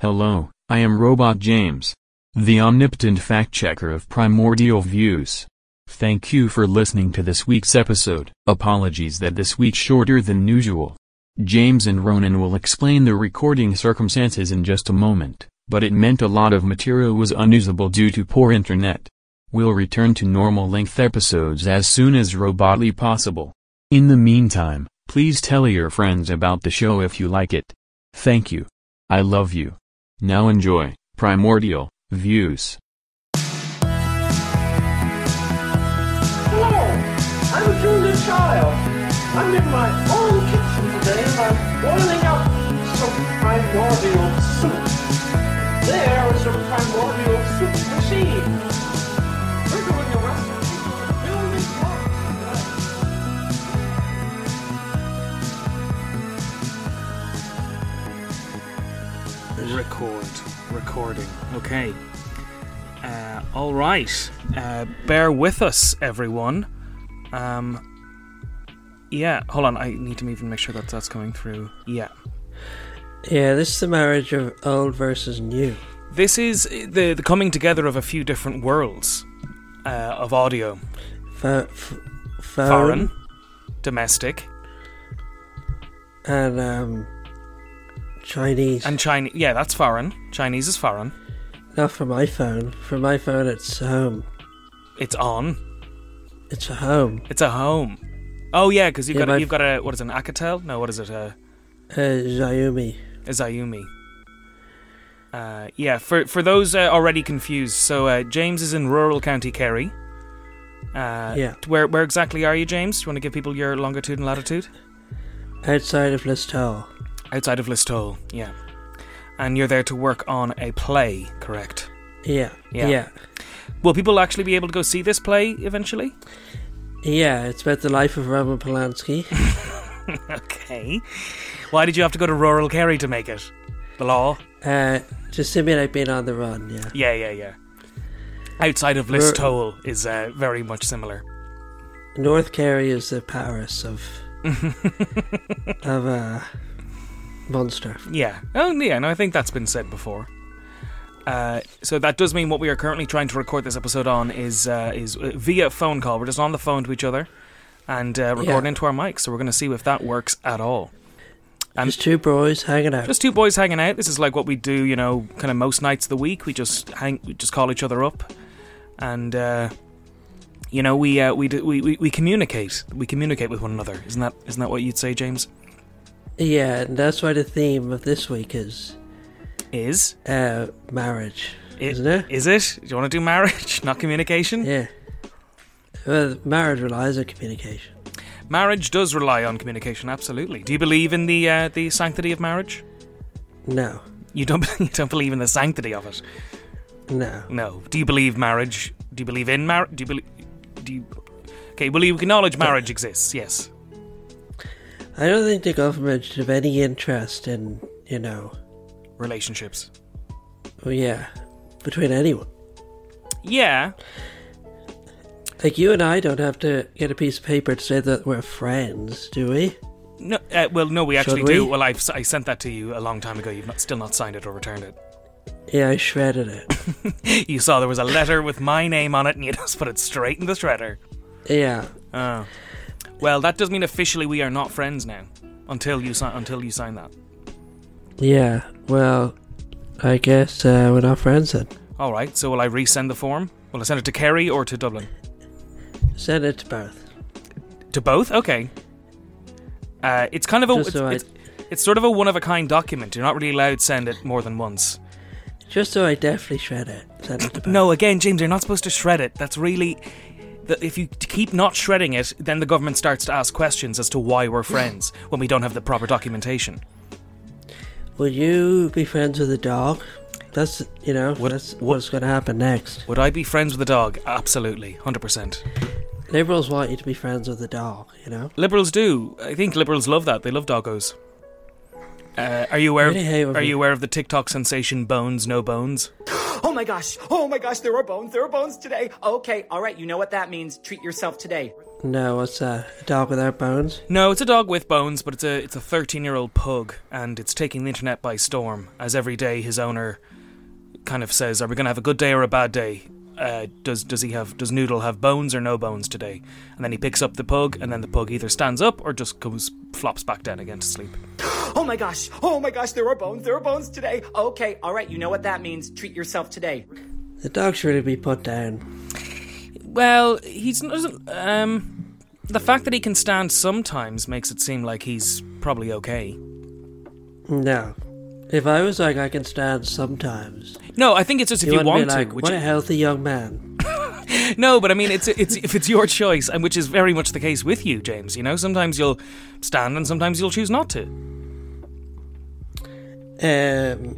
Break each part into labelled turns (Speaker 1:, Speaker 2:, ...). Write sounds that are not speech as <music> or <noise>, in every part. Speaker 1: Hello, I am Robot James, the omnipotent fact checker of Primordial Views. Thank you for listening to this week's episode. Apologies that this week's shorter than usual. James and Ronan will explain the recording circumstances in just a moment, but it meant a lot of material was unusable due to poor internet. We'll return to normal length episodes as soon as robotly possible. In the meantime, please tell your friends about the show if you like it. Thank you. I love you. Now enjoy Primordial Views.
Speaker 2: Hello, I'm a wounded child. I'm in my own kitchen today and I'm boiling up some primordial soup. There is a primordial soup machine. We're doing a recipe for building blocks tonight.
Speaker 3: Record. Recording. Okay. Uh, all right. Uh, bear with us, everyone. Um, yeah, hold on. I need to even make sure that that's coming through. Yeah.
Speaker 4: Yeah, this is the marriage of old versus new.
Speaker 3: This is the, the coming together of a few different worlds uh, of audio
Speaker 4: Fa- f-
Speaker 3: foreign,
Speaker 4: foreign
Speaker 3: domestic,
Speaker 4: and um, Chinese.
Speaker 3: and Chinese. Yeah, that's foreign. Chinese is foreign.
Speaker 4: Not for my phone. For my phone, it's home.
Speaker 3: It's on.
Speaker 4: It's a home.
Speaker 3: It's a home. Oh, yeah, because you've,
Speaker 4: Yeah,
Speaker 3: got a
Speaker 4: my-
Speaker 3: you've got a. What is it, an Akatel? No, what is it? A.
Speaker 4: Uh, Xiaomi.
Speaker 3: is Ayumi. Uh, yeah, for for those uh, already confused, so uh, James is in rural County Kerry. Uh,
Speaker 4: Yeah.
Speaker 3: Where where exactly are you, James? Do you want to give people your longitude and latitude?
Speaker 4: Outside of Listowel.
Speaker 3: Outside of Listowel, yeah. And you're there to work on a play, correct?
Speaker 4: Yeah.
Speaker 3: Yeah.
Speaker 4: yeah. Yeah.
Speaker 3: Will people actually be able to go see this play eventually? <laughs>
Speaker 4: it's about the life of Roman Polanski. <laughs>
Speaker 3: okay. Why did you have to go to rural Kerry to make it? The law?
Speaker 4: uh, to simulate being on the run, yeah.
Speaker 3: Yeah, yeah, yeah. Outside of
Speaker 4: Ru-
Speaker 3: Listowel is uh, very much similar.
Speaker 4: North Kerry is the Paris <laughs> of. of, uh. Monster.
Speaker 3: Yeah. Oh, yeah. No, I think that's been said before. Uh, so that does mean what we are currently trying to record this episode on is uh, is uh, via phone call. We're just on the phone to each other and uh, recording
Speaker 4: Yeah.
Speaker 3: into our mics. So we're going to see if that works at all. Um,
Speaker 4: There's two boys hanging out.
Speaker 3: Just two boys hanging out. This is like what we do, you know, kind of most nights of the week. We just hang, we just call each other up, and uh, you know, we uh, we, do, we we we communicate. We communicate with one another. Isn't that isn't that what you'd say, James?
Speaker 4: Yeah, and that's why the theme of this week is
Speaker 3: Is
Speaker 4: uh, marriage,
Speaker 3: I-
Speaker 4: is isn't it?
Speaker 3: Is it? Do you want to do marriage, <laughs> not communication?
Speaker 4: Yeah. Well, marriage relies on communication.
Speaker 3: Marriage does rely on communication, absolutely. Do you believe in the uh, the sanctity of marriage?
Speaker 4: No,
Speaker 3: You don't <laughs> you don't believe in the sanctity of it.
Speaker 4: no.
Speaker 3: No. Do you believe marriage? Do you believe in marriage? Do you believe? Do you? Okay. Well, you acknowledge marriage exists. Yes.
Speaker 4: I don't think the government should have any interest in, you know,
Speaker 3: Relationships.
Speaker 4: well, yeah, between anyone.
Speaker 3: Yeah.
Speaker 4: Like you and I don't have to get a piece of paper to say that we're friends, do we?
Speaker 3: No. Uh, well, no. We actually
Speaker 4: Should
Speaker 3: do.
Speaker 4: we?
Speaker 3: Well, I've s- I sent that to you a long time ago. You've not, still not signed it or returned it.
Speaker 4: Yeah, I shredded it.
Speaker 3: You saw there was a letter with my name on it, and you <laughs> just put it straight in the shredder.
Speaker 4: yeah,
Speaker 3: Oh. Well, that does mean officially we are not friends now. Until you sign. Until you sign that.
Speaker 4: yeah. Well, I guess uh, we're not friends then.
Speaker 3: All right. So will I resend the form? Will I send it to Kerry or to Dublin?
Speaker 4: Send it to both.
Speaker 3: To both. Okay. Uh, it's kind of a
Speaker 4: Just
Speaker 3: it's,
Speaker 4: so I-
Speaker 3: it's, it's sort of a one of a kind document. You're not really allowed to send it more than once.
Speaker 4: Just so I definitely shred it. Send it to both.
Speaker 3: No, again, James, you're not supposed to shred it. That's really the, if you t- keep not shredding it, then the government starts to ask questions as to why we're friends
Speaker 4: <sighs>
Speaker 3: when we don't have the proper documentation.
Speaker 4: Would you be friends with a dog? That's you know
Speaker 3: What-
Speaker 4: that's
Speaker 3: what-
Speaker 4: what's going to happen next.
Speaker 3: Would I be friends with a dog? Absolutely, hundred percent.
Speaker 4: Liberals want you to be friends with a dog. You know,
Speaker 3: Liberals do. I think liberals love that. They love doggos. Uh, are you aware?
Speaker 4: Really hate
Speaker 3: Of,
Speaker 4: when
Speaker 3: are
Speaker 4: we-
Speaker 3: you aware of the TikTok sensation "Bones No Bones"?
Speaker 5: Oh my gosh. Oh my gosh, there are bones. There are bones today. Okay, all right. You know what that means. Treat yourself today.
Speaker 4: No, it's a dog without bones.
Speaker 3: No, it's a dog with bones, but it's a it's a 13-year-old pug, and it's taking the internet by storm. As every day, his owner kind of says, "Are we going to have a good day or a bad day? Uh, does does he have does Noodle have bones or no bones today?" And then he picks up the pug, and then the pug either stands up or just goes flops back down again to sleep.
Speaker 5: Oh my gosh! Oh my gosh! There are bones! There are bones today! Okay, alright, you know what that means. Treat yourself today.
Speaker 4: The dog should really be put down.
Speaker 3: Well, he's not- doesn't. Um, the fact that he can stand sometimes makes it seem like he's probably okay.
Speaker 4: No. If I was like, I can stand sometimes.
Speaker 3: No, I think it's just if you,
Speaker 4: wouldn't
Speaker 3: want
Speaker 4: be like,
Speaker 3: to.
Speaker 4: what a healthy young man.
Speaker 3: No, but I mean, it's it's if it's your choice, and which is very much the case with you, James. You know, sometimes you'll stand, and sometimes you'll choose not to.
Speaker 4: Um,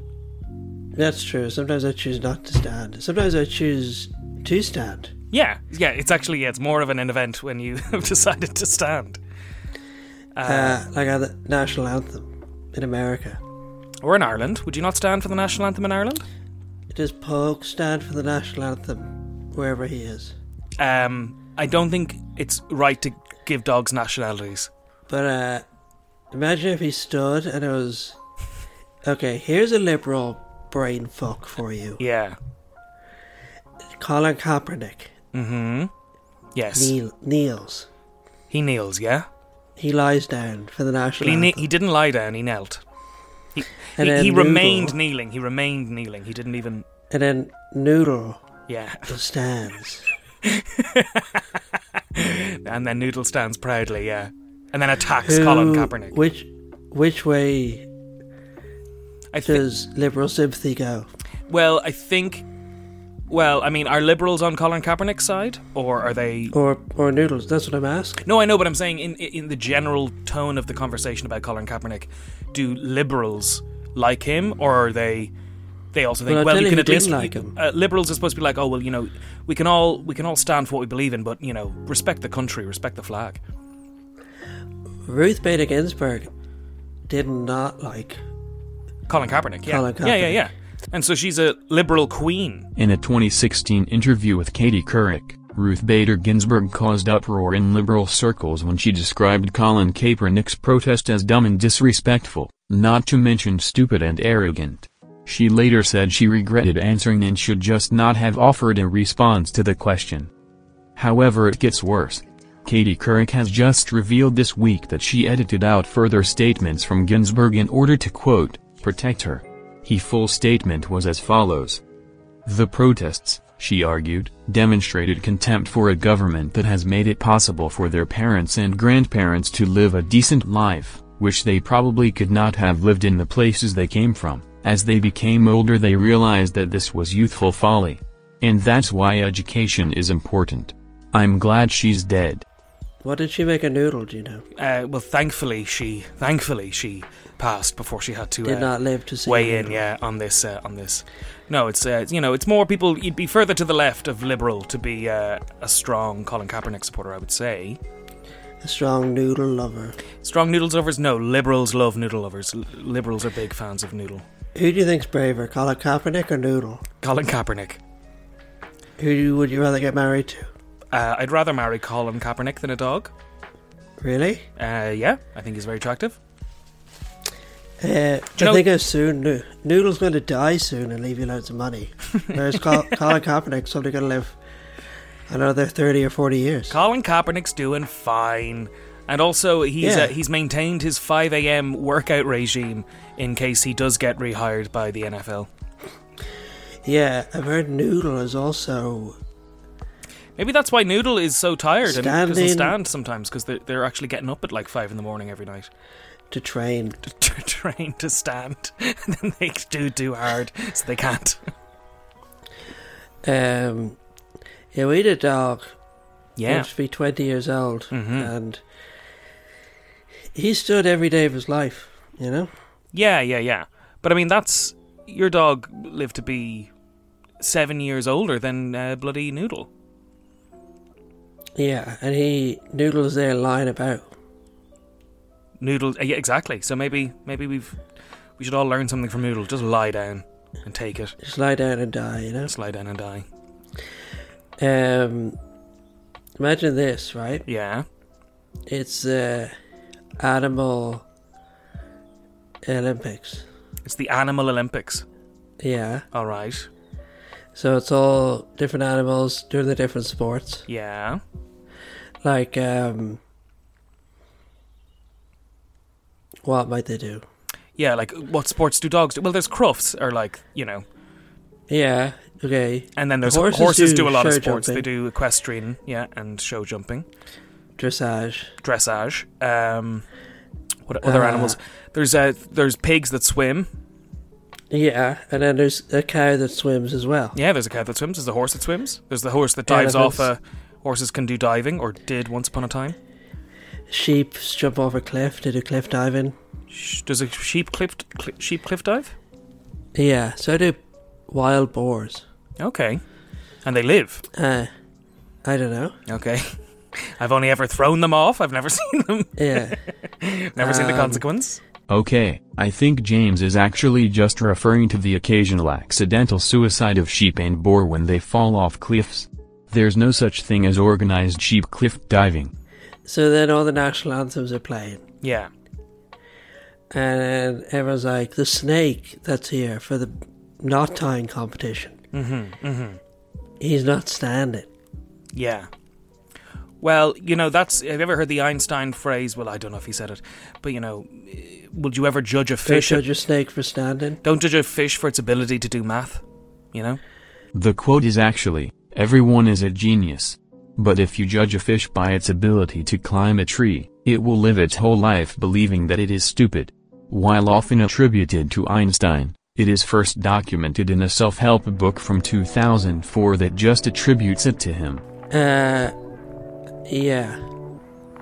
Speaker 4: that's true. Sometimes I choose not to stand. Sometimes I choose to stand.
Speaker 3: Yeah, yeah. It's actually yeah, it's more of an event when you <laughs> have decided to stand,
Speaker 4: Uh, like at the national anthem in America.
Speaker 3: or in Ireland. Would you not stand for the national anthem in Ireland?
Speaker 4: Does Polk stand for the national anthem wherever he is?
Speaker 3: Um, I don't think it's right to give dogs nationalities.
Speaker 4: But uh, imagine if he stood and it was okay. Here's a liberal brain fuck for you,
Speaker 3: Yeah.
Speaker 4: Colin Kaepernick.
Speaker 3: Yes.
Speaker 4: Kneel, kneels.
Speaker 3: He kneels. Yeah.
Speaker 4: He lies down for the
Speaker 3: But
Speaker 4: national
Speaker 3: he kne-
Speaker 4: anthem.
Speaker 3: he didn't lie down. He knelt. He,
Speaker 4: And
Speaker 3: he, he
Speaker 4: then
Speaker 3: remained
Speaker 4: Noodle.
Speaker 3: kneeling. He remained kneeling. He didn't even.
Speaker 4: and then Noodle
Speaker 3: Yeah.
Speaker 4: stands.
Speaker 3: <laughs> And then Noodle stands proudly, yeah. And then attacks
Speaker 4: Who-
Speaker 3: Colin Kaepernick.
Speaker 4: Which which way
Speaker 3: I thi-
Speaker 4: does liberal sympathy go?
Speaker 3: well, I think. Well, I mean, are liberals on Colin Kaepernick's side, or are they?
Speaker 4: Or or Noodles? That's what I'm asking.
Speaker 3: No, I know, but I'm saying in in the general tone of the conversation about Colin Kaepernick, do liberals like him, or are they? They also think,
Speaker 4: Well, I'll
Speaker 3: well,
Speaker 4: tell
Speaker 3: you
Speaker 4: you
Speaker 3: can
Speaker 4: who
Speaker 3: at least
Speaker 4: didn't like him.
Speaker 3: Uh, liberals are supposed to be like, oh well, you know, we can all we can all stand for what we believe in, but you know, respect the country, respect the flag.
Speaker 4: Ruth Bader Ginsburg did not like
Speaker 3: Colin Kaepernick, yeah,
Speaker 4: Colin
Speaker 3: yeah, yeah,
Speaker 4: Kaepernick.
Speaker 3: yeah. And so she's a liberal queen,
Speaker 1: In a 2016 interview with Katie Couric, Ruth Bader Ginsburg caused uproar in liberal circles when she described Colin Kaepernick's protest as dumb and disrespectful, not to mention stupid and arrogant. She later said she regretted answering and should just not have offered a response to the question. However, it gets worse. Katie Couric has just revealed this week that she edited out further statements from Ginsburg in order to quote, protect her. He full statement was as follows. The protests, she argued, demonstrated contempt for a government that has made it possible for their parents and grandparents to live a decent life, which they probably could not have lived in the places they came from. As they became older, they realized that this was youthful folly. And that's why education is important. I'm glad she's dead.
Speaker 4: What did she make a noodle? Do you know?
Speaker 3: uh, well, thankfully she, thankfully she passed before she had to uh,
Speaker 4: Did not live to see.
Speaker 3: weigh
Speaker 4: a
Speaker 3: in.
Speaker 4: noodle.
Speaker 3: Yeah, on this, uh, on this. No, it's uh, you know, it's more people. You'd be further to the left of liberal to be uh, a strong Colin Kaepernick supporter, I would say.
Speaker 4: A strong noodle lover.
Speaker 3: Strong noodles lovers? No, liberals love noodle lovers. L- liberals are big fans of noodle.
Speaker 4: Who do you think's braver, Colin Kaepernick or Noodle?
Speaker 3: Colin Kaepernick.
Speaker 4: Who you- would you rather get married to?
Speaker 3: Uh, I'd rather marry Colin Kaepernick than a dog.
Speaker 4: Really?
Speaker 3: Uh, yeah, I think he's very attractive.
Speaker 4: Uh,
Speaker 3: you
Speaker 4: I
Speaker 3: know-
Speaker 4: think how soon Noo- Noodle's going to die soon and leave you loads of
Speaker 3: <laughs>
Speaker 4: money. Whereas Col- Colin Kaepernick's only going to live another 30 or 40 years.
Speaker 3: Colin Kaepernick's doing fine. And also, he's
Speaker 4: Yeah.
Speaker 3: uh, he's maintained his 5 a.m. workout regime in case he does get rehired by the NFL.
Speaker 4: yeah, I've heard Noodle is also.
Speaker 3: Maybe that's why Noodle is so tired and doesn't
Speaker 4: Standing-
Speaker 3: stand sometimes because they're, they're actually getting up at like 5 in the morning every night <laughs>
Speaker 4: To train.
Speaker 3: to, to train to stand. <laughs> and then they do too hard, so they can't.
Speaker 4: Um, yeah, we had a dog. He
Speaker 3: Yeah.
Speaker 4: used to be 20 years old. And he stood every day of his life, you know?
Speaker 3: Yeah, yeah, yeah. But I mean, that's. Your dog lived to be seven years older than uh, bloody Noodle.
Speaker 4: Yeah, and he. Noodle is there lying about.
Speaker 3: Noodle. uh, Yeah, exactly. So maybe maybe we've we should all learn something from Noodle. Just lie down and take it.
Speaker 4: Just lie down and die, you know?
Speaker 3: Just lie down and die.
Speaker 4: Um, Imagine this, right?
Speaker 3: Yeah.
Speaker 4: It's uh, animal Olympics.
Speaker 3: It's the Animal Olympics.
Speaker 4: Yeah.
Speaker 3: All right.
Speaker 4: So it's all different animals doing the different sports.
Speaker 3: Yeah.
Speaker 4: Like, um, what might they do?
Speaker 3: Yeah, like what sports do dogs do? Well, there's crufts, or like you know,
Speaker 4: Yeah. Okay.
Speaker 3: and then there's horses,
Speaker 4: Horses
Speaker 3: do,
Speaker 4: do
Speaker 3: a lot of
Speaker 4: show
Speaker 3: sports. They
Speaker 4: jumping.
Speaker 3: do equestrian, yeah, and show jumping,
Speaker 4: Dressage.
Speaker 3: dressage. Um, what other
Speaker 4: Uh,
Speaker 3: animals? There's uh, there's pigs that swim.
Speaker 4: Yeah, and then there's a cow that swims as well.
Speaker 3: Yeah, there's a cow that swims. There's a horse that swims. There's the horse that dives off. Uh,
Speaker 4: Elephants.
Speaker 3: horses can do diving, or did once upon a time.
Speaker 4: Sheep jump off a cliff to do cliff diving.
Speaker 3: Sh- Does a sheep cliff cl- sheep cliff dive?
Speaker 4: Yeah, so I do wild boars.
Speaker 3: Okay, and they live.
Speaker 4: Uh, I don't know.
Speaker 3: Okay. <laughs> I've only ever thrown them off. I've never <laughs> seen them.
Speaker 4: <laughs> Yeah,
Speaker 3: Never seen the
Speaker 4: Um,
Speaker 3: consequence.
Speaker 1: Okay, I think James is actually just referring to the occasional accidental suicide of sheep and boar when they fall off cliffs. There's no such thing as organized sheep cliff diving.
Speaker 4: so then all the national anthems are playing,
Speaker 3: Yeah.
Speaker 4: and everyone's like, "The snake that's here for the knot tying competition. Mm-hmm, mm-hmm. He's not standing."
Speaker 3: Yeah. Well, you know, that's. Have you ever heard the Einstein phrase? Well, I don't know if he said it, but you know, eh, would you ever judge a
Speaker 4: Don't
Speaker 3: fish?
Speaker 4: judge a snake for standing.
Speaker 3: don't judge a fish for its ability to do math. You know?
Speaker 1: The quote is actually, everyone is a genius. But if you judge a fish by its ability to climb a tree, it will live its whole life believing that it is stupid. While often attributed to Einstein, it is first documented in a self-help book from 2004 that just attributes it to him.
Speaker 4: Uh, yeah,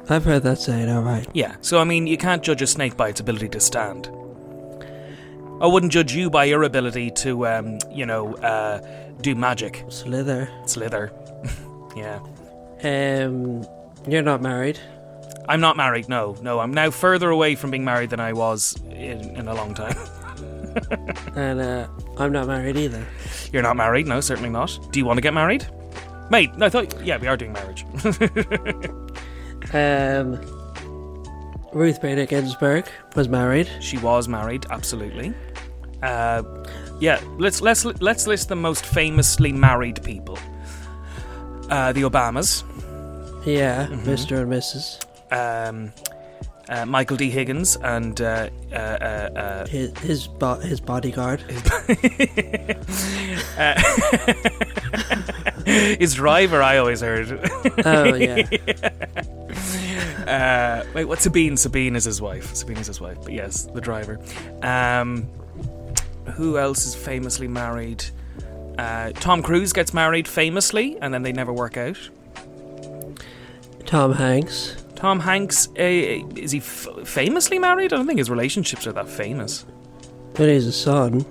Speaker 4: I've heard that saying. All right.
Speaker 3: Yeah. So, I mean, you can't judge a snake by its ability to stand. I wouldn't judge you by your ability to, um, you know, uh, do magic.
Speaker 4: Slither.
Speaker 3: Slither. <laughs> yeah.
Speaker 4: Um, you're not married.
Speaker 3: I'm not married. No, no. I'm now further away from being married than I was in, in a long time.
Speaker 4: And uh, I'm not married either.
Speaker 3: You're not married? No, certainly not. Do you want to get married? Mate, no, I thought. Yeah, we are doing marriage. <laughs>
Speaker 4: Um, Ruth Bader Ginsburg was married.
Speaker 3: she was married, absolutely. Uh, yeah, let's let's let's list the most famously married people. Uh, the Obamas,
Speaker 4: Yeah,
Speaker 3: Mm-hmm.
Speaker 4: Mr. and Mrs.
Speaker 3: um, uh, Michael D. Higgins, and uh, uh, uh,
Speaker 4: His his, bo-
Speaker 3: <laughs>
Speaker 4: his bodyguard.
Speaker 3: uh, his driver. I always heard.
Speaker 4: Oh yeah,
Speaker 3: Uh, wait, what? Sabine. Sabine is his wife. Sabine is his wife. But yes, the driver. Um, who else is famously married? Uh, Tom Cruise gets married famously, and then they never work out.
Speaker 4: Tom Hanks.
Speaker 3: Tom Hanks uh, is he f- famously married? I don't think his relationships are that famous.
Speaker 4: But he's a son.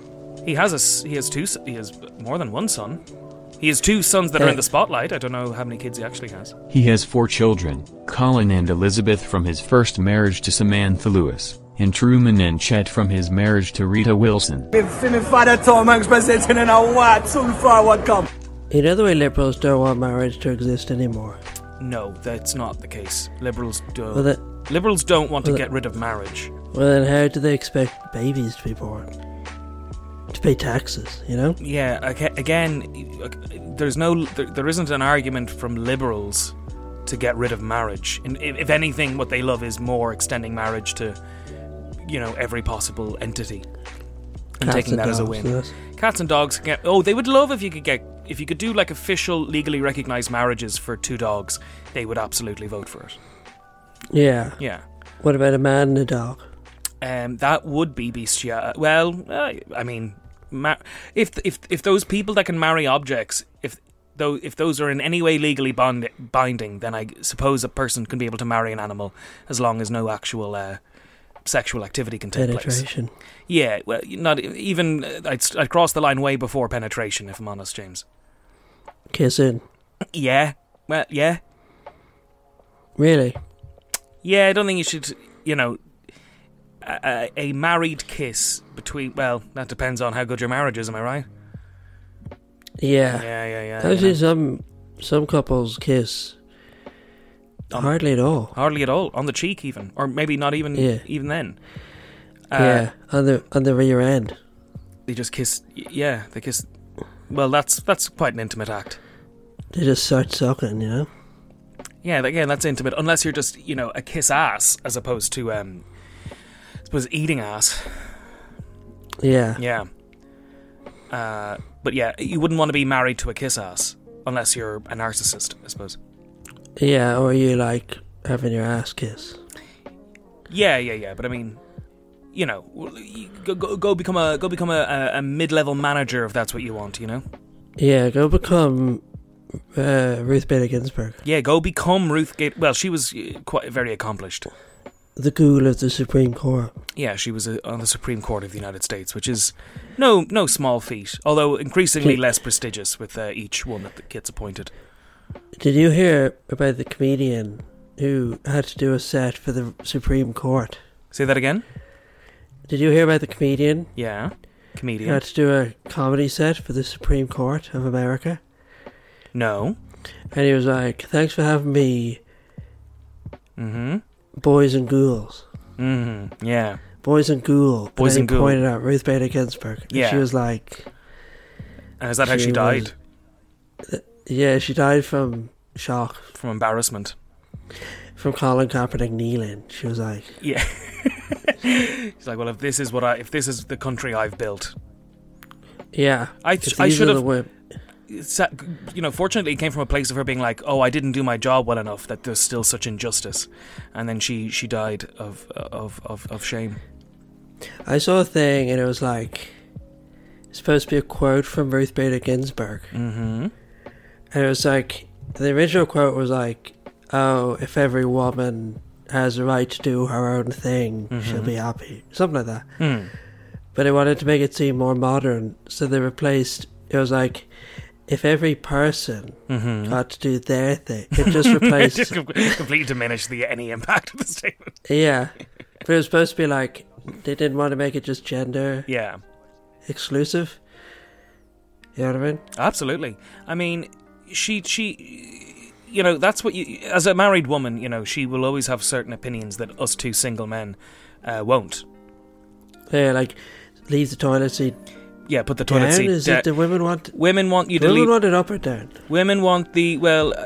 Speaker 3: He has a s- he has two s- he has more than one son. He has two sons that are in the spotlight. I don't know how many kids he actually has.
Speaker 1: He has four children, Colin and Elizabeth from his first marriage to Samantha Lewis, and Truman and Chet from his marriage to Rita Wilson.
Speaker 4: You know the way liberals don't want marriage to exist anymore.
Speaker 3: No, that's not the case. Liberals don't.
Speaker 4: Well, that,
Speaker 3: Liberals don't want to
Speaker 4: well,
Speaker 3: get rid of marriage.
Speaker 4: well then, how do they expect babies to be born? To pay taxes, you know?
Speaker 3: Yeah, aga- again, there's no, there, there isn't an argument from liberals to get rid of marriage. And if, if anything, what they love is more extending marriage to, you know, every possible entity, and
Speaker 4: Cats
Speaker 3: taking
Speaker 4: and
Speaker 3: that as a
Speaker 4: dogs,
Speaker 3: win.
Speaker 4: yes.
Speaker 3: Cats and dogs can get. Oh, they would love if you could get if you could do like official legally recognized marriages for two dogs. They would absolutely vote for it.
Speaker 4: Yeah.
Speaker 3: Yeah.
Speaker 4: What about a man and a dog?
Speaker 3: um, that would be bestiality. Well, uh, I mean, ma- if if if those people that can marry objects, if though if those are in any way legally bond- binding, then I suppose a person can be able to marry an animal as long as no actual uh, sexual activity can take place.
Speaker 4: Penetration.
Speaker 3: Yeah, well, not e- even uh, I'd, s- I'd cross the line way before penetration, if I'm honest, James. <clears throat>
Speaker 4: Kissing.
Speaker 3: Yeah, well, yeah,
Speaker 4: Really?
Speaker 3: yeah. I don't think you should, you know. A, a a married kiss between well that depends on how good your marriage is am i right
Speaker 4: Yeah.
Speaker 3: Yeah, yeah, yeah.
Speaker 4: I've
Speaker 3: you know.
Speaker 4: seen some some couples kiss
Speaker 3: Um,
Speaker 4: Hardly at all.
Speaker 3: hardly at all on the cheek, even, or maybe not even
Speaker 4: Yeah.
Speaker 3: even then. Uh,
Speaker 4: yeah, on the on the rear end.
Speaker 3: they just kiss. y- Yeah, they kiss. Well, that's that's quite an intimate act.
Speaker 4: They just start sucking, you know.
Speaker 3: Yeah, again, that's intimate. Unless you're just you know a kiss ass as opposed to um, I suppose eating ass.
Speaker 4: Yeah,
Speaker 3: Yeah. Uh, but yeah, you wouldn't want to be married to a kiss ass unless you're a narcissist, I suppose.
Speaker 4: yeah. Or you like having your ass kissed.
Speaker 3: Yeah, yeah, yeah. But I mean, you know, well, you go, go, go become a go become a, a, a mid level manager if that's what you want. You know.
Speaker 4: Yeah, go become uh, Ruth Bader Ginsburg,
Speaker 3: Yeah, go become Ruth Gate. Well, she was uh, quite very accomplished.
Speaker 4: the ghoul of the Supreme Court.
Speaker 3: Yeah, she was uh, on the Supreme Court of the United States, which is no no small feat, although increasingly less prestigious with uh, each one that gets appointed.
Speaker 4: Did you hear about the comedian who had to do a set for the Supreme Court?
Speaker 3: Say that again.
Speaker 4: Did you hear about the comedian
Speaker 3: Yeah,
Speaker 4: who
Speaker 3: comedian.
Speaker 4: had to do a comedy set for the Supreme Court of America?
Speaker 3: No.
Speaker 4: And he was like, "Thanks for having me,
Speaker 3: Mm-hmm.
Speaker 4: boys and ghouls,
Speaker 3: Mm-hmm. Yeah.
Speaker 4: boys and ghoul." But
Speaker 3: Boys
Speaker 4: then
Speaker 3: and
Speaker 4: he
Speaker 3: ghoul.
Speaker 4: pointed out Ruth Bader Ginsburg. and
Speaker 3: Yeah.
Speaker 4: she was like,
Speaker 3: And is that how
Speaker 4: She
Speaker 3: she died?
Speaker 4: "Yeah, she died from shock
Speaker 3: From embarrassment.
Speaker 4: from Colin Kaepernick kneeling." She was like,
Speaker 3: Yeah. <laughs> She's like, well, if this is what I, if this is the country I've built,
Speaker 4: "Yeah,
Speaker 3: I-
Speaker 4: if
Speaker 3: I
Speaker 4: these
Speaker 3: should
Speaker 4: are the
Speaker 3: have-
Speaker 4: wo-
Speaker 3: it's, uh, you know, fortunately, it came from a place of her being like, "Oh, I didn't do my job well enough. That there's still such injustice," and then she she died of of of, of <laughs> shame.
Speaker 4: I saw a thing and it was like it's supposed to be a quote from Ruth Bader Ginsburg. Mm-hmm. And it was like the original quote was like, "Oh, if every woman has a right to do her own thing, she'll be happy," something like that. But they wanted to make it seem more modern, so they replaced. It was like. If every person got to do their thing, it just replaced
Speaker 3: Just com- completely diminished the any impact of the statement.
Speaker 4: Yeah. But it was supposed to be like they didn't want to make it just gender
Speaker 3: Yeah,
Speaker 4: exclusive. You know what I mean?
Speaker 3: absolutely. I mean, she she, you know, that's what you as a married woman, you know, she will always have certain opinions that us two single men uh, won't.
Speaker 4: Yeah, like leave the toilet seat
Speaker 3: Yeah, put the toilet
Speaker 4: down.
Speaker 3: seat.
Speaker 4: Is
Speaker 3: da-
Speaker 4: it the women want?
Speaker 3: women want you to
Speaker 4: Women
Speaker 3: leave.
Speaker 4: want it up or down?
Speaker 3: Women want the well, uh,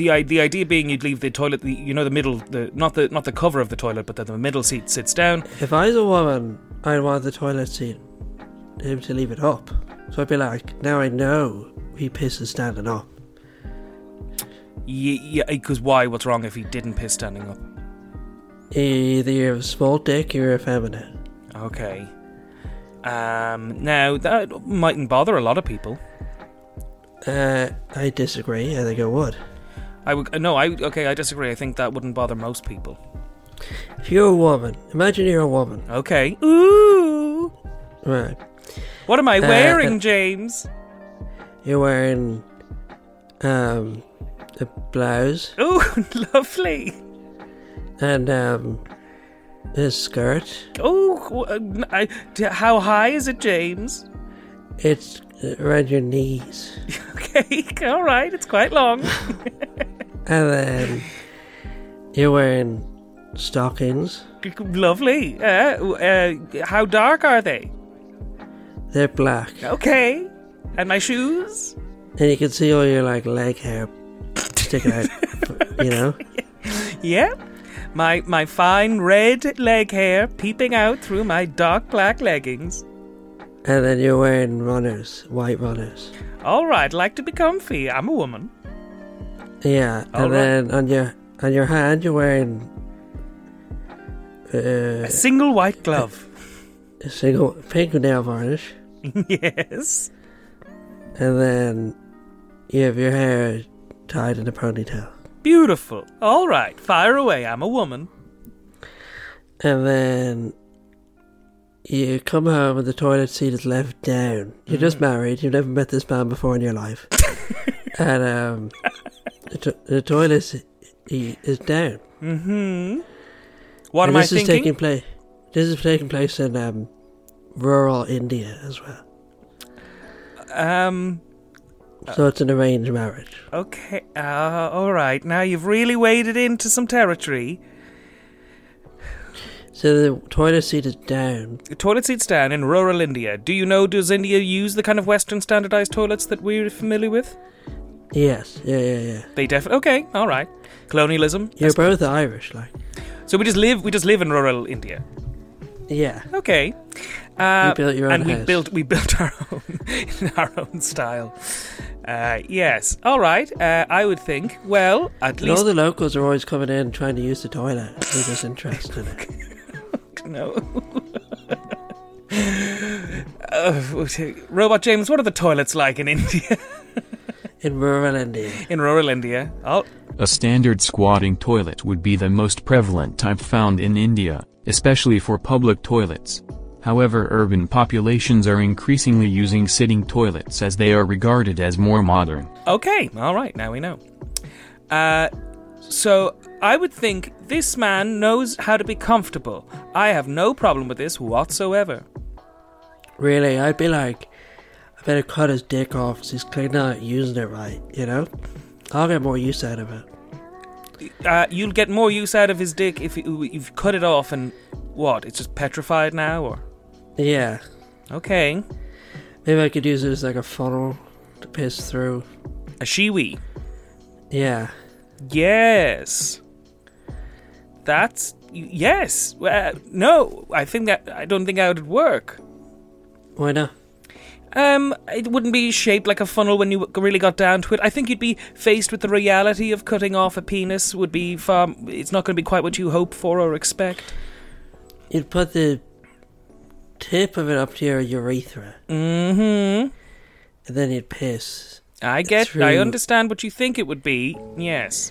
Speaker 3: the i- the idea being you'd leave the toilet, the, you know, the middle, the not the not the cover of the toilet, but that the middle seat sits down.
Speaker 4: If I was a woman, I'd want the toilet seat him to leave it up. So I'd be like, now I know he pisses standing up.
Speaker 3: Yeah, because why? What's wrong if he didn't piss standing up?
Speaker 4: Either you have a small dick or you're effeminate.
Speaker 3: Okay. Um, now that mightn't bother a lot of people.
Speaker 4: Uh, I disagree. I think I would.
Speaker 3: I would no, I okay, I disagree. I think that wouldn't bother most people.
Speaker 4: If you're a woman, imagine you're a woman,
Speaker 3: Okay. Ooh,
Speaker 4: right?
Speaker 3: what am I
Speaker 4: Uh,
Speaker 3: wearing,
Speaker 4: uh,
Speaker 3: James?
Speaker 4: You're wearing um a blouse
Speaker 3: Ooh, <laughs> lovely.
Speaker 4: and um a skirt.
Speaker 3: Ooh, uh, I, d- how high is it, James? <laughs>
Speaker 4: It's around your knees.
Speaker 3: Okay, <laughs> all right, it's quite long.
Speaker 4: And then you're wearing stockings.
Speaker 3: Lovely. Uh, uh, how dark are they?
Speaker 4: They're black.
Speaker 3: Okay. And my shoes?
Speaker 4: And you can see all your like leg hair sticking out. <laughs> you know?
Speaker 3: Yeah. My my fine red leg hair peeping out through my dark black leggings.
Speaker 4: And then you're wearing runners, white runners.
Speaker 3: All right, like to be comfy. I'm a woman.
Speaker 4: Yeah.
Speaker 3: All
Speaker 4: and
Speaker 3: right.
Speaker 4: then on your on your hand you're wearing uh,
Speaker 3: A single white glove. <laughs>
Speaker 4: a single pink nail varnish.
Speaker 3: yes.
Speaker 4: And then you have your hair tied in a ponytail.
Speaker 3: Beautiful. All right, fire away. I'm a woman.
Speaker 4: And then you come home and the toilet seat is left down. You're
Speaker 3: Mm.
Speaker 4: just married. You've never met this man before in
Speaker 3: <laughs>
Speaker 4: your life. and um, the, to- the toilet seat is down.
Speaker 3: What
Speaker 4: and
Speaker 3: am I
Speaker 4: this is
Speaker 3: thinking?
Speaker 4: taking place. This is taking place in um, rural India as well.
Speaker 3: Um
Speaker 4: so it's an arranged marriage.
Speaker 3: Okay. Uh, all right. Now you've really waded into some territory.
Speaker 4: So the toilet seat is down.
Speaker 3: The toilet seats down in rural India. Do you know? Does India use the kind of Western standardized toilets that we're familiar with?
Speaker 4: Yes, yeah, yeah, yeah.
Speaker 3: They definitely. Okay. All right. Colonialism.
Speaker 4: You're both Irish, like.
Speaker 3: So we just live. We just live in rural India.
Speaker 4: Yeah.
Speaker 3: Okay. Uh,
Speaker 4: You built your own
Speaker 3: and we
Speaker 4: house.
Speaker 3: built we built our <laughs> own in our own style. Uh, yes. All right. Uh, I would think. Well, at
Speaker 4: And all
Speaker 3: least
Speaker 4: the locals are always coming in trying to use the toilet. They're just interested in it.
Speaker 3: no. <laughs> Uh, Robot James, what are the toilets like in India? <laughs>
Speaker 4: In rural India.
Speaker 3: in rural India? Oh,
Speaker 1: A standard squatting toilet would be the most prevalent type found in India, especially for public toilets. However, urban populations are increasingly using sitting toilets as they are regarded as more modern.
Speaker 3: okay. All right. Now we know. Uh, so I would think this man knows how to be comfortable. I have no problem with this whatsoever.
Speaker 4: Really, I'd be like, I better cut his dick off 'cause he's clearly not using it right, you know? I'll get more use out of it.
Speaker 3: Uh, you'll get more use out of his dick if you, you've cut it off and what? It's just petrified now, or
Speaker 4: Yeah.
Speaker 3: okay,
Speaker 4: Maybe I could use it as like a funnel to piss through.
Speaker 3: a shiwi.
Speaker 4: Yeah.
Speaker 3: Yes, that's yes. Uh, no, I think that I don't think that would work.
Speaker 4: Why not?
Speaker 3: Um, it wouldn't be shaped like a funnel when you really got down to it. I think you'd be faced with the reality of cutting off a penis. Would be far. It's not going to be quite what you hope for or expect.
Speaker 4: You'd put the tip of it up to your urethra,
Speaker 3: Hmm.
Speaker 4: and then you'd piss.
Speaker 3: I get. I
Speaker 4: Through-
Speaker 3: understand what you think it would be. Yes.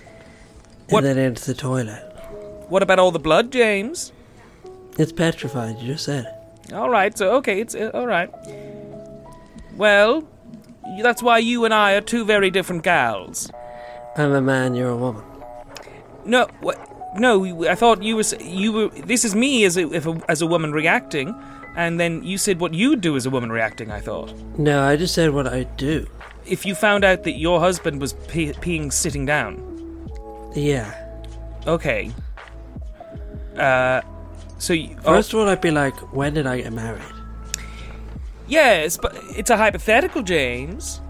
Speaker 3: What-
Speaker 4: And then into the toilet.
Speaker 3: What about all the blood, James?
Speaker 4: It's petrified, you just said. it.
Speaker 3: All right, so okay, it's uh, all right. Well, y- that's why you and I are two very different gals.
Speaker 4: I'm a man, you're a woman.
Speaker 3: No, wh- no, you- I thought you were s- you were. This is me as a, if a, as a woman reacting, and then you said what you do as a woman reacting. I thought
Speaker 4: No, I just said what I do.
Speaker 3: if you found out that your husband was pe- peeing sitting down,
Speaker 4: Yeah.
Speaker 3: okay. Uh, so you, oh,
Speaker 4: First of all, I'd be like, when did I get married?
Speaker 3: yes, but it's a hypothetical, James.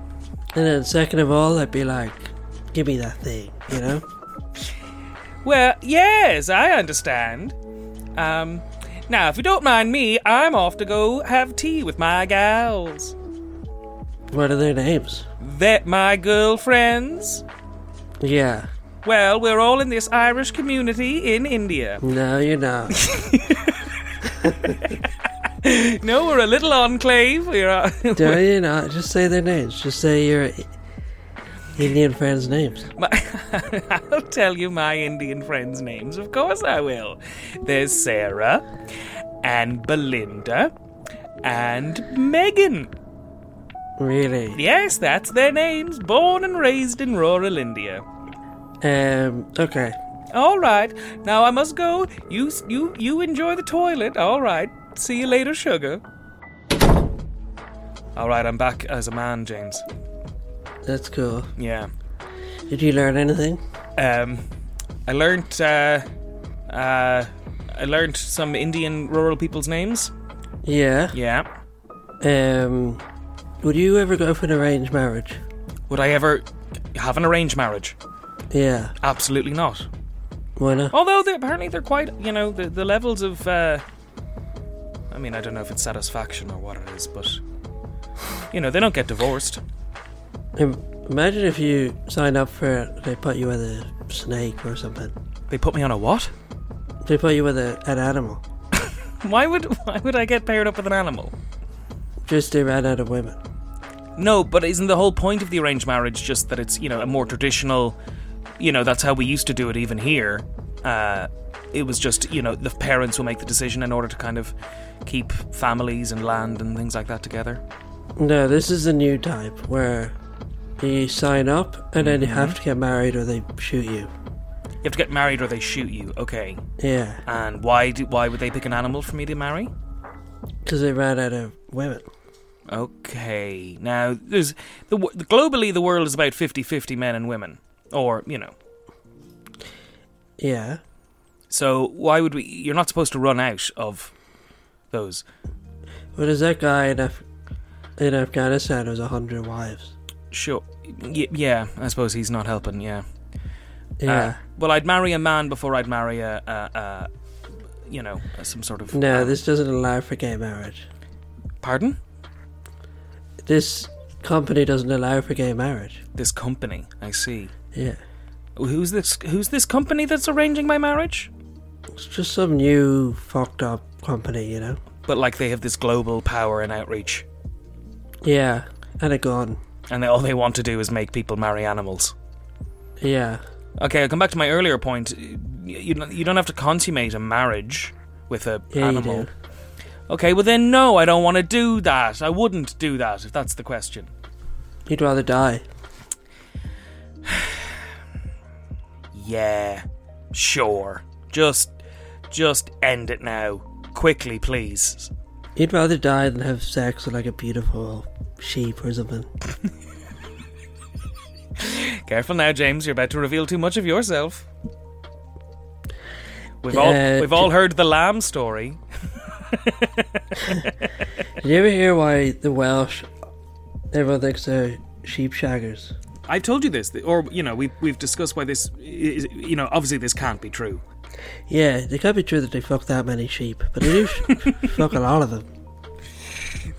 Speaker 4: And then second of all, I'd be like, give me that thing, you know?
Speaker 3: Well, yes, I understand. Um, now, if you don't mind me, I'm off to go have tea with my gals.
Speaker 4: what are their names?
Speaker 3: That my girlfriends.
Speaker 4: Yeah.
Speaker 3: Well, we're all in this Irish community in India.
Speaker 4: No, you're not.
Speaker 3: No, we're a little enclave. We're a,
Speaker 4: no, you're not. Just say their names. Just say your Indian friends' names.
Speaker 3: <laughs> my, <laughs> I'll tell you my Indian friends' names. Of course, I will. There's Sarah, and Belinda, and Megan.
Speaker 4: Really?
Speaker 3: Yes, that's their names. Born and raised in rural India.
Speaker 4: Um, okay.
Speaker 3: All right. Now I must go. You you you enjoy the toilet. All right. See you later, sugar. All right, I'm back as a man, James.
Speaker 4: That's cool.
Speaker 3: Yeah.
Speaker 4: Did you learn anything?
Speaker 3: Um I learnt uh uh I learnt some Indian rural people's names.
Speaker 4: Yeah.
Speaker 3: Yeah.
Speaker 4: Um, would you ever go for an arranged marriage?
Speaker 3: Would I ever have an arranged marriage?
Speaker 4: Yeah.
Speaker 3: Absolutely not.
Speaker 4: Why not?
Speaker 3: Although they apparently they're quite, you know, the, the levels of. Uh, I mean, I don't know if it's satisfaction or what it is, but you know, they don't get divorced.
Speaker 4: Im- Imagine if you signed up for it, they put you with a snake or something.
Speaker 3: They put me on a what?
Speaker 4: They put you with a, an animal.
Speaker 3: Why would <laughs> why would I get paired up with an animal?
Speaker 4: Just they ran out of women.
Speaker 3: No, but isn't the whole point of the arranged marriage just that it's you know a more traditional, you know, that's how we used to do it even here. Uh, it was just you know the parents will make the decision in order to kind of keep families and land and things like that together.
Speaker 4: No, this is a new type where you sign up and then you have to get married or they shoot you.
Speaker 3: You have to get married or they shoot you. Okay.
Speaker 4: Yeah,
Speaker 3: And why do, why would they pick an animal for me to marry?
Speaker 4: because they ran out of women.
Speaker 3: Okay. Now, there's the, wo- globally the world is about 50-50 men and women, or you know.
Speaker 4: Yeah.
Speaker 3: So why would we? You're not supposed to run out of those.
Speaker 4: What is that guy in, Af- in Afghanistan who has 100 wives?
Speaker 3: Sure. Y- yeah, I suppose he's not helping. Yeah.
Speaker 4: Yeah.
Speaker 3: Uh, well, I'd marry a man before I'd marry a, a, a you know, some sort of. um,
Speaker 4: no, this doesn't allow for gay marriage.
Speaker 3: Pardon?
Speaker 4: This company doesn't allow for gay marriage.
Speaker 3: This company. I see.
Speaker 4: Yeah.
Speaker 3: Who's this? Who's this company that's arranging my marriage?
Speaker 4: It's just some new fucked up company, you know?
Speaker 3: But like they have this global power and outreach,
Speaker 4: Yeah. And a gun.
Speaker 3: and they, all they want to do is make people marry animals.
Speaker 4: Yeah.
Speaker 3: Okay, I'll come back to my earlier point. You- You don't- you don't have to consummate a marriage with a
Speaker 4: Yeah, you
Speaker 3: animal.
Speaker 4: do.
Speaker 3: Okay, well then no, I don't want to do that. I wouldn't do that if that's the question.
Speaker 4: You'd rather die.
Speaker 3: Yeah. Sure. Just just end it now. Quickly, please.
Speaker 4: You'd rather die than have sex with like a beautiful sheep or something.
Speaker 3: Careful now, James, you're about to reveal too much of yourself. We've all
Speaker 4: Uh,
Speaker 3: we've all heard the lamb story.
Speaker 4: Did you ever hear why the Welsh, everyone thinks they're sheep shaggers?
Speaker 3: I told you this, or you know, we we've discussed why this is, you know, obviously this can't be true.
Speaker 4: Yeah, it could be true that they fuck that many sheep, but they do f- <laughs> fuck a lot of them.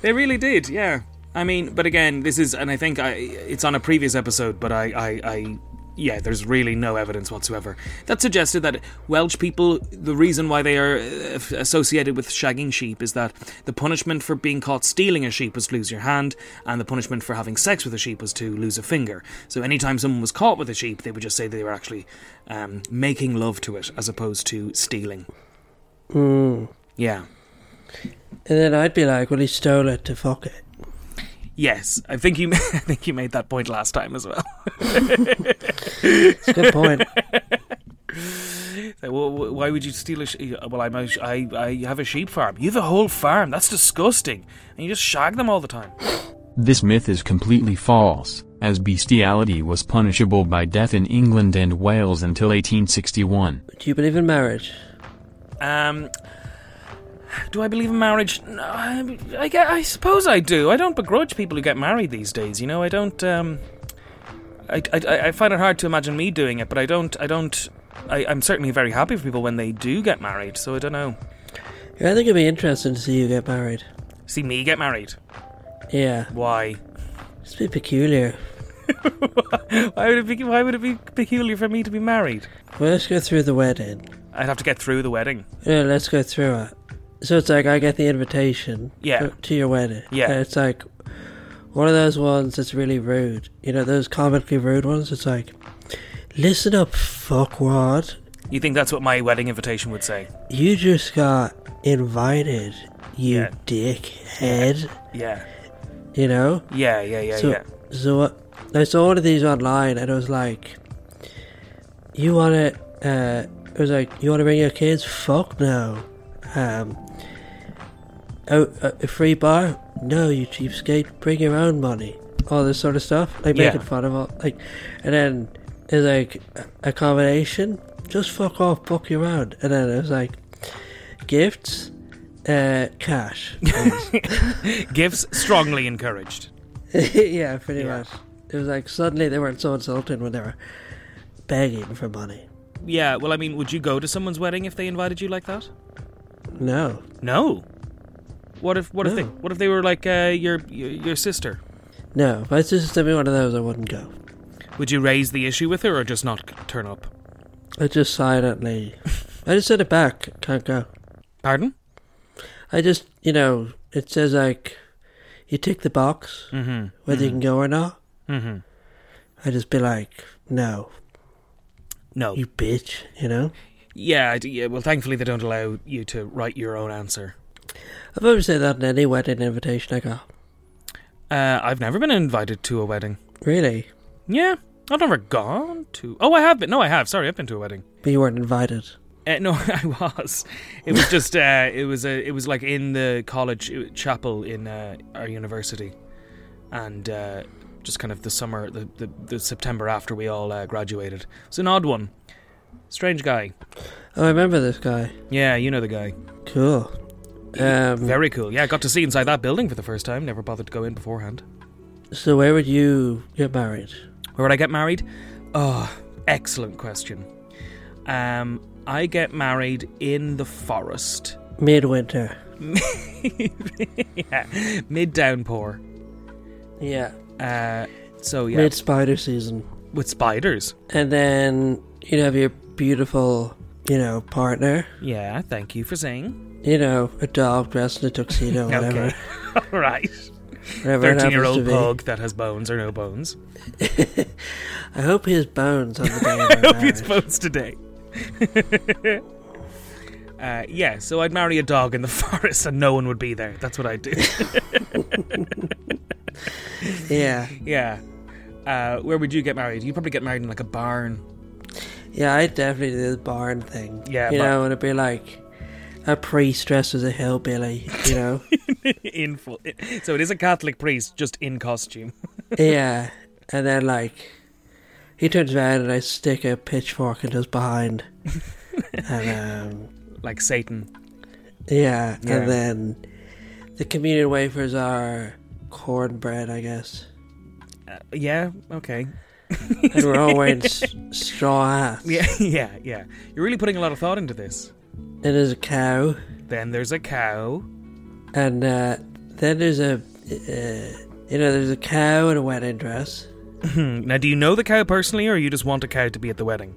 Speaker 3: They really did, yeah. I mean, but again, this is, and I think I, it's on a previous episode, but I, I, I, yeah, there's really no evidence whatsoever that suggested that Welsh people, the reason why they are uh, f- associated with shagging sheep is that the punishment for being caught stealing a sheep was to lose your hand, and the punishment for having sex with a sheep was to lose a finger. So anytime someone was caught with a sheep, they would just say they were actually um, making love to it as opposed to stealing. Yeah.
Speaker 4: And then I'd be like, well, he stole it to fuck it.
Speaker 3: Yes, I think you. <laughs> I think you made that point last time as well. <laughs>
Speaker 4: It's a good point.
Speaker 3: Like, wh- wh- Why would you steal a? She- well, I'm a sh- I, I have a sheep farm. You have a whole farm. That's disgusting. And you just shag them all the time.
Speaker 1: This myth is completely false, as bestiality was punishable by death in England and Wales until 1861.
Speaker 4: Do you believe in marriage?
Speaker 3: Um, do I believe in marriage? No, I, I, gue- I suppose I do. I don't begrudge people who get married these days. You know, I don't. Um, I, I, I- I find it hard to imagine me doing it, but I don't. I don't. I, I'm certainly very happy for people when they do get married. So I don't know.
Speaker 4: Yeah, I think it'd be interesting to see you get married.
Speaker 3: See me get married.
Speaker 4: Yeah,
Speaker 3: Why?
Speaker 4: it's a bit peculiar.
Speaker 3: Why would it be? Why would it be peculiar for me to be married?
Speaker 4: Well, let's go through the wedding.
Speaker 3: I'd have to get through the wedding.
Speaker 4: Yeah, let's go through it. So it's like I get the invitation
Speaker 3: Yeah.
Speaker 4: to your wedding.
Speaker 3: Yeah.
Speaker 4: And it's like one of those ones that's really rude. You know, those comically rude ones. It's like, listen up, fuckwad.
Speaker 3: You think that's what my wedding invitation would say?
Speaker 4: You just got invited, you
Speaker 3: Yeah.
Speaker 4: dickhead.
Speaker 3: Yeah.
Speaker 4: You know?
Speaker 3: Yeah, yeah, yeah,
Speaker 4: so,
Speaker 3: yeah. <laughs>
Speaker 4: so what, I saw one of these online and it was like, you wanna, uh, it was like, you wanna bring your kids? Fuck no. Um, oh, a, a free bar? No, you cheapskate, bring your own money. All this sort of stuff. Like
Speaker 3: Yeah.
Speaker 4: making fun of all, like, and then it's like, accommodation? Just fuck off, book your own. And then it was like, gifts? Uh, cash.
Speaker 3: Gifts strongly encouraged.
Speaker 4: <laughs> yeah, pretty much. It was like suddenly they weren't so insulted when they were begging for money.
Speaker 3: Yeah, well, I mean, would you go to someone's wedding if they invited you like that?
Speaker 4: No.
Speaker 3: No. What if what if they
Speaker 4: No.
Speaker 3: what if they were like uh, your, your your sister?
Speaker 4: No. If my sister did me one of those, I wouldn't go.
Speaker 3: Would you raise the issue with her or just not c- turn up?
Speaker 4: I just silently. I just said it back. Can't go.
Speaker 3: Pardon?
Speaker 4: I just, you know, it says like, you tick the box, mm-hmm. whether you can go or not. Mm-hmm. I just be like, no,
Speaker 3: No.
Speaker 4: you bitch, you know?
Speaker 3: Yeah, I d- yeah. Well, thankfully they don't allow you to write your own answer.
Speaker 4: I've always said that in any wedding invitation I got.
Speaker 3: Uh, I've never been invited to a wedding.
Speaker 4: Really?
Speaker 3: Yeah, I've never gone to. Oh, I have been. No, I have. Sorry, I've been to a wedding.
Speaker 4: But you weren't invited.
Speaker 3: Uh, no, <laughs> I was. It was just. Uh, it was a. It was like in the college uh, chapel in uh, our university, and uh, just kind of the summer, the, the, the September after we all uh, graduated. It's an odd one. Strange guy.
Speaker 4: Oh, I remember this guy.
Speaker 3: Yeah, you know the guy.
Speaker 4: Cool. Um,
Speaker 3: Very cool. Yeah, got to see inside that building for the first time. Never bothered to go in beforehand.
Speaker 4: so where would you get married?
Speaker 3: Where would I get married? Oh, excellent question. Um, I get married in the forest.
Speaker 4: Midwinter.
Speaker 3: yeah, mid downpour.
Speaker 4: Yeah.
Speaker 3: Uh, so yeah,
Speaker 4: Mid spider season.
Speaker 3: with spiders.
Speaker 4: And then you'd have your beautiful, you know, partner.
Speaker 3: Yeah, thank you for saying.
Speaker 4: You know, a dog dressed in a tuxedo, whatever.
Speaker 3: <laughs> Okay, all right.
Speaker 4: <laughs> Whatever it happens to
Speaker 3: Thirteen-year-old
Speaker 4: be.
Speaker 3: pug that has bones or no
Speaker 4: <laughs>
Speaker 3: bones.
Speaker 4: I hope he has
Speaker 3: <laughs>
Speaker 4: bones on the day of our
Speaker 3: Hope he has
Speaker 4: marriage.
Speaker 3: bones today. <laughs> uh, yeah, so I'd marry a dog in the <laughs> forest and no one would be there. That's what I'd
Speaker 4: <laughs>
Speaker 3: do.
Speaker 4: Yeah.
Speaker 3: yeah. Uh, where would you get married? You'd probably get married in like a barn.
Speaker 4: Yeah, I definitely do the barn thing.
Speaker 3: Yeah,
Speaker 4: You
Speaker 3: but-
Speaker 4: know, and it'd be like a priest dressed as a hillbilly,
Speaker 3: <laughs>
Speaker 4: you know?
Speaker 3: in full. So it is a Catholic priest just in costume. <laughs>
Speaker 4: yeah. And then, like, he turns around and I stick a pitchfork in
Speaker 3: <laughs>
Speaker 4: his behind. and, um,
Speaker 3: Like Satan.
Speaker 4: yeah,
Speaker 3: Yeah.
Speaker 4: And then the communion wafers are cornbread,
Speaker 3: <laughs>
Speaker 4: I guess.
Speaker 3: Uh, Yeah, okay. <laughs>
Speaker 4: And we're all wearing s- straw hats.
Speaker 3: Yeah, yeah, yeah. You're really putting a lot of thought into this.
Speaker 4: And there's a cow.
Speaker 3: Then there's a cow.
Speaker 4: And uh, then there's a, uh, you know, there's a cow in a wedding dress.
Speaker 3: Hmm, Now, do you know the cow personally, or you just want a cow to be at the wedding?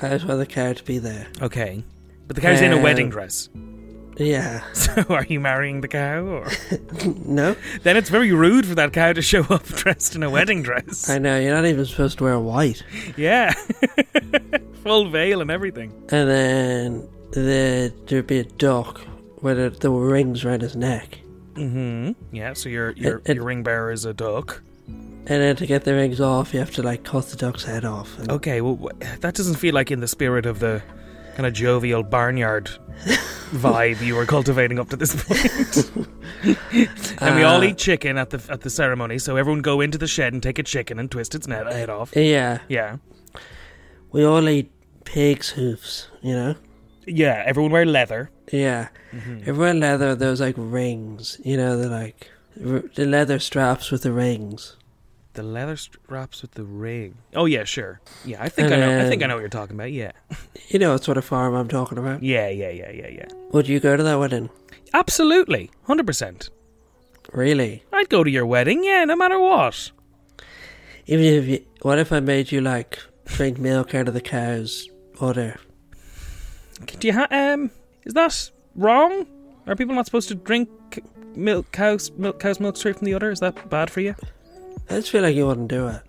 Speaker 4: I just want the cow to be there.
Speaker 3: Okay. But the cow's in a
Speaker 4: Um,
Speaker 3: wedding dress. <laughs>
Speaker 4: Yeah.
Speaker 3: So are you marrying the cow? Or... <laughs>
Speaker 4: No?
Speaker 3: then it's very rude for that cow to show up <laughs> dressed in a wedding dress.
Speaker 4: I know, you're not even supposed to wear white.
Speaker 3: <laughs> Yeah. <laughs> Full veil and everything.
Speaker 4: And then the, there'd be a duck with a, the rings around his neck.
Speaker 3: Yeah, so your, your,
Speaker 4: it-
Speaker 3: your ring bearer is a duck.
Speaker 4: And then to get the rings off, you have to, like, cut the duck's head off. And
Speaker 3: Okay, well, wh- that doesn't feel like in the spirit of the kind of jovial <laughs> barnyard vibe you were cultivating up to this <laughs> point. and we all
Speaker 4: Uh,
Speaker 3: eat chicken at the at the ceremony, so everyone go into the shed and take a chicken and twist its net head off.
Speaker 4: Yeah.
Speaker 3: Yeah,
Speaker 4: We all eat pig's hoofs, you know?
Speaker 3: yeah. Everyone wear leather.
Speaker 4: Yeah. Everyone leather, those, like, rings. You know, they're like, r- the leather straps with the rings.
Speaker 3: The leather straps with the ring. Oh yeah, sure. Yeah, I think I know. I think I know what you're talking about. Yeah,
Speaker 4: You know what sort of farm I'm talking about.
Speaker 3: yeah, yeah, yeah, yeah, yeah.
Speaker 4: Would you go to that wedding?
Speaker 3: Absolutely, hundred percent.
Speaker 4: Really?
Speaker 3: I'd go to your wedding. Yeah, no matter what.
Speaker 4: Even if you, what if I made you like drink milk out of the cow's udder?
Speaker 3: Do you ha- um? Is that wrong? Are people not supposed to drink c- milk cows milk cows milk straight from the udder? Is that bad for you?
Speaker 4: I just feel like you wouldn't do it.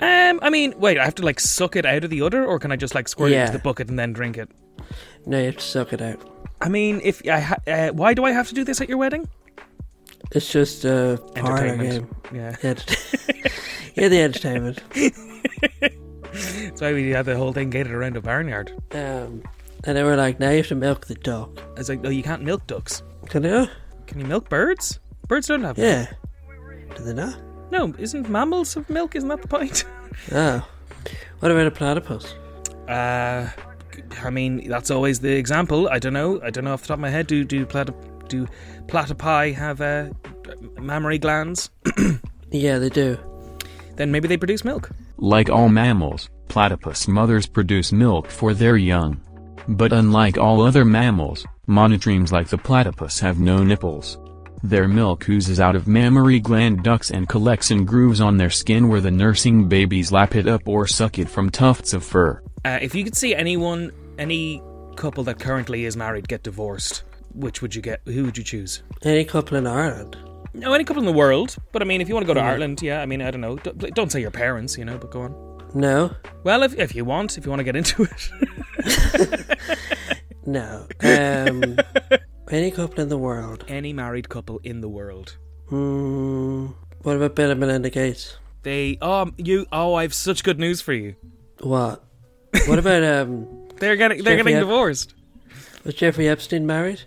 Speaker 3: Um, I mean, wait, I have to like suck it out of the udder, or can I just like squirt it
Speaker 4: Yeah.
Speaker 3: into the bucket and then drink it?
Speaker 4: No, you have to suck it out.
Speaker 3: I mean, if I ha- uh, why do I have to do this at your wedding?
Speaker 4: It's just a parlor
Speaker 3: Entertainment.
Speaker 4: game.
Speaker 3: Yeah, <laughs>
Speaker 4: Ent- <laughs> yeah, the entertainment.
Speaker 3: that's why we had the whole thing gated around a barnyard.
Speaker 4: Um, and they were like, now you have to milk the duck.
Speaker 3: I was like, oh, you can't milk ducks.
Speaker 4: Can they? not?
Speaker 3: Can you milk birds? Birds don't have
Speaker 4: Yeah. Do they not?
Speaker 3: no. Isn't mammals of milk? Isn't that the point? <laughs>
Speaker 4: Oh. What about a platypus?
Speaker 3: Uh, I mean, that's always the example. I don't know. I don't know off the top of my head. Do do platyp do platypi have uh, mammary glands?
Speaker 4: Yeah, they do.
Speaker 3: Then maybe they produce milk.
Speaker 1: Like all mammals, platypus mothers produce milk for their young. But unlike all other mammals, monotremes like the platypus have no nipples. Their milk oozes out of mammary gland ducts and collects in grooves on their skin where the nursing babies lap it up or suck it from tufts of fur.
Speaker 3: Uh, if you could see anyone, any couple that currently is married get divorced, which would you get? Who would you choose?
Speaker 4: Any couple in Ireland?
Speaker 3: No, any couple in the world. But I mean, if you want to go to Ireland, yeah. I mean, I don't know. Don't, don't say your parents, you know. But go on.
Speaker 4: No.
Speaker 3: Well, if if you want, if you want to get into it, <laughs>
Speaker 4: No.
Speaker 3: <laughs>
Speaker 4: Um, any couple in the world?
Speaker 3: any married couple in the world.
Speaker 4: Hmm. What about Bill and Melinda Gates?
Speaker 3: um, They, oh, you, oh, I have such good news for you. <laughs>
Speaker 4: What? What about um
Speaker 3: They're getting they're
Speaker 4: Jeffrey
Speaker 3: getting
Speaker 4: Ep-
Speaker 3: divorced.
Speaker 4: Was Jeffrey Epstein married?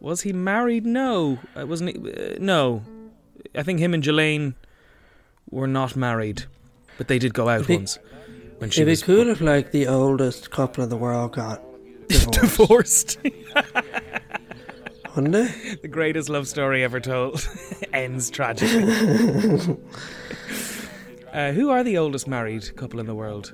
Speaker 3: Was he married? No, uh, wasn't he? Uh, no, I think him and Jelaine were not married, but they did go out
Speaker 4: he-
Speaker 3: once when she
Speaker 4: It'd be
Speaker 3: was
Speaker 4: cool if like the oldest couple in the world got
Speaker 3: <laughs>
Speaker 4: divorced,
Speaker 3: divorced. <laughs>
Speaker 4: wouldn't it?
Speaker 3: the greatest love story ever told <laughs> ends tragically. uh, who are the oldest married couple in the world?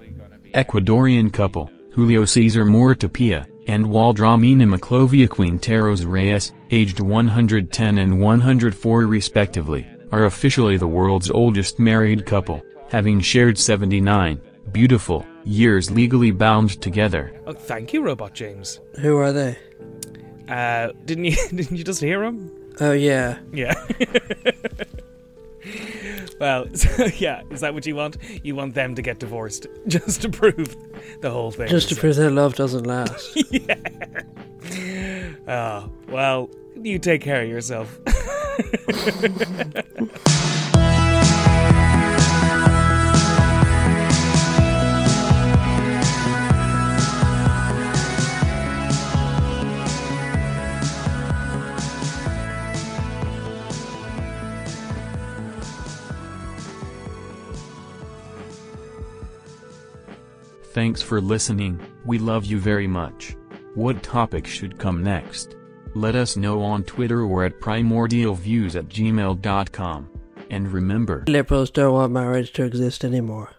Speaker 1: Ecuadorian couple, Julio Cesar Moratapia, and Waldramina Maclovia Quinteros Reyes, aged 110 and 104 respectively, are officially the world's oldest married couple, having shared 79, beautiful, years legally bound together.
Speaker 3: Oh, thank you, Robot James.
Speaker 4: Who are they?
Speaker 3: Uh, didn't you? <laughs> Didn't you just hear him?
Speaker 4: Oh yeah,
Speaker 3: Yeah. <laughs> well, <laughs> so, yeah, is that what you want? You want them to get divorced <laughs> just to prove the whole thing.
Speaker 4: just to
Speaker 3: is-
Speaker 4: prove that love
Speaker 3: <laughs>
Speaker 4: doesn't last.
Speaker 3: Oh, well, you take care of yourself.
Speaker 1: Thanks for listening, we love you very much. What topic should come next? Let us know on Twitter or at primordialviews at gmail.com. And remember,
Speaker 4: Liberals don't want marriage to exist anymore.